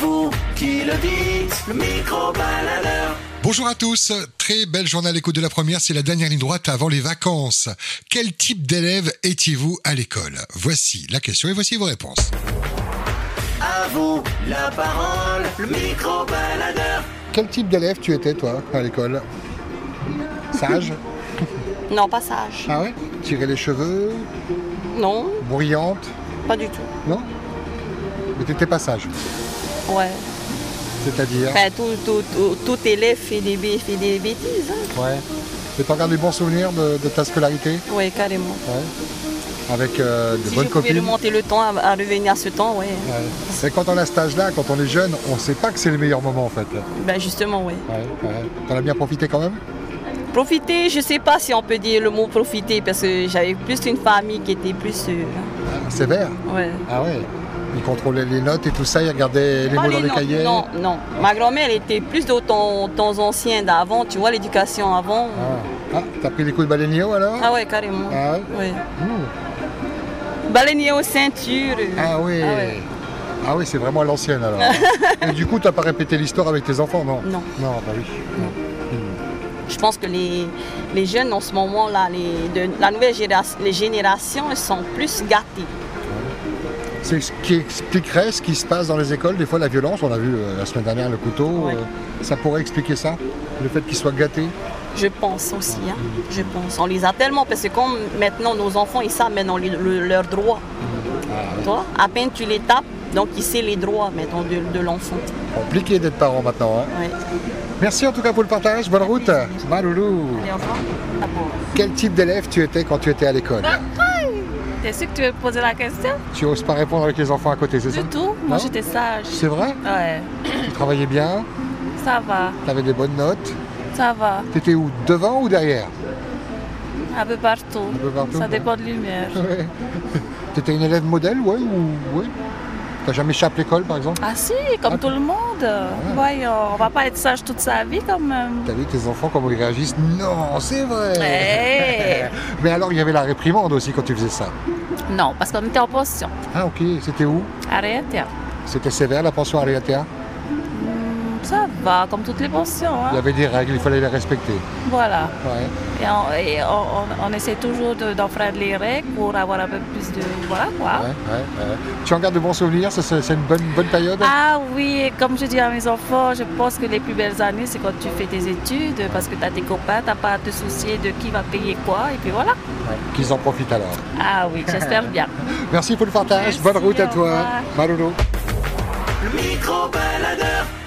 vous qui le dites, le micro-baladeur. Bonjour à tous, très belle journée à l'écoute de la première, c'est la dernière ligne droite avant les vacances. Quel type d'élève étiez-vous à l'école Voici la question et voici vos réponses. À vous la parole, le micro-baladeur. Quel type d'élève tu étais toi à l'école Sage Non, pas sage. Ah ouais Tirer les cheveux Non, Bruyante pas du tout. Non Mais t'étais pas sage, Ouais. c'est-à-dire Enfin, tout, tout, tout, tout élève fait des, bé- fait des bêtises. hein. Ouais. Mais t'en gardes des bons souvenirs de, de ta scolarité Ouais, carrément. Ouais. Avec euh, de si je bonnes pouvais copines remonter le temps à, à revenir à ce temps, ouais. Ouais. C'est quand on a cet âge-là, quand on est jeune, on sait pas que c'est le meilleur moment en fait. Ben justement, ouais. Ouais, ouais. T'en as bien profité quand même Profiter, je sais pas si on peut dire le mot profiter parce que j'avais plus une famille qui était plus. euh, Sévère ouais. Ah ouais Ils contrôlaient les notes et tout ça, ils regardaient les Pas mots dans les les noms, cahiers Non, non. Ma grand-mère elle était plus de temps, temps ancien d'avant, tu vois, l'éducation avant. Ah, Ah, t'as pris les coups de baleinier alors Ah ouais, carrément. Ah ouais ouais. Mmh. Baleinier aux ceintures. euh. Ah oui Ah ouais. Ah oui, c'est vraiment à l'ancienne alors. et du coup, t'as pas répété l'histoire avec tes enfants, non Non. Non, bah oui. Je pense que les, les jeunes en ce moment-là, les, de- la nouvelle génération, les générations elles sont plus gâtées. C'est ce qui expliquerait ce qui se passe dans les écoles, des fois la violence, on l'a vu euh, la semaine dernière le couteau, Ouais. euh, ça pourrait expliquer ça, le fait qu'ils soient gâtés. Je pense aussi, hein. je pense. On les a tellement, parce que comme maintenant nos enfants, ils savent maintenant les- le- leurs droits. Toi, à peine tu les tapes, donc ils savent les droits maintenant de, de l'enfant. Compliqué d'être parent maintenant. hein. Ouais. Merci en tout cas pour le partage, bonne route. Maloulou, Allez, au revoir. Ah bon. quel type d'élève tu étais quand tu étais à l'école T'es sûr que tu veux poser la question Tu oses pas répondre avec les enfants à côté, c'est ça Du tout. Moi, Non. j'étais sage. C'est vrai Ouais. Tu travaillais bien, Ça va, t'avais des bonnes notes. ça va. T'étais où Devant ou derrière Un peu partout. Un peu partout, Ça ouais. dépend de lumière. Ouais. T'étais une élève modèle, ouais ou ouais T'as jamais échappé à l'école par exemple Ah si, comme Ah. tout le monde. Voyons, on va pas être sage toute sa vie euh, quand même. T'as vu tes enfants comment ils réagissent Non, c'est vrai Eh. Mais alors il y avait la réprimande aussi quand tu faisais ça. Non, parce qu'on était en pension. Ah ok, c'était où Arrêtez. C'était sévère la pension à Ariatea Hmm, Ça va, comme toutes les pensions. Il y hein. avait des règles, il fallait les respecter. Voilà. Ouais. Et on, et on- on- on essaie toujours de- d'enfreindre les règles pour avoir un peu plus de... Voilà quoi. ouais, ouais, ouais. Tu en gardes de bons souvenirs, ça, c'est c'est une bonne, bonne période Ah oui, comme je dis à mes enfants, je pense que les plus belles années, c'est quand tu fais tes études, parce que tu as tes copains, tu pas à te soucier de qui va payer quoi, et puis voilà. Ouais, Qu'ils en profitent alors. Ah oui, j'espère bien. Merci pour le partage, Merci, bonne route à au toi. revoir. Malolo. Le micro-baladeur.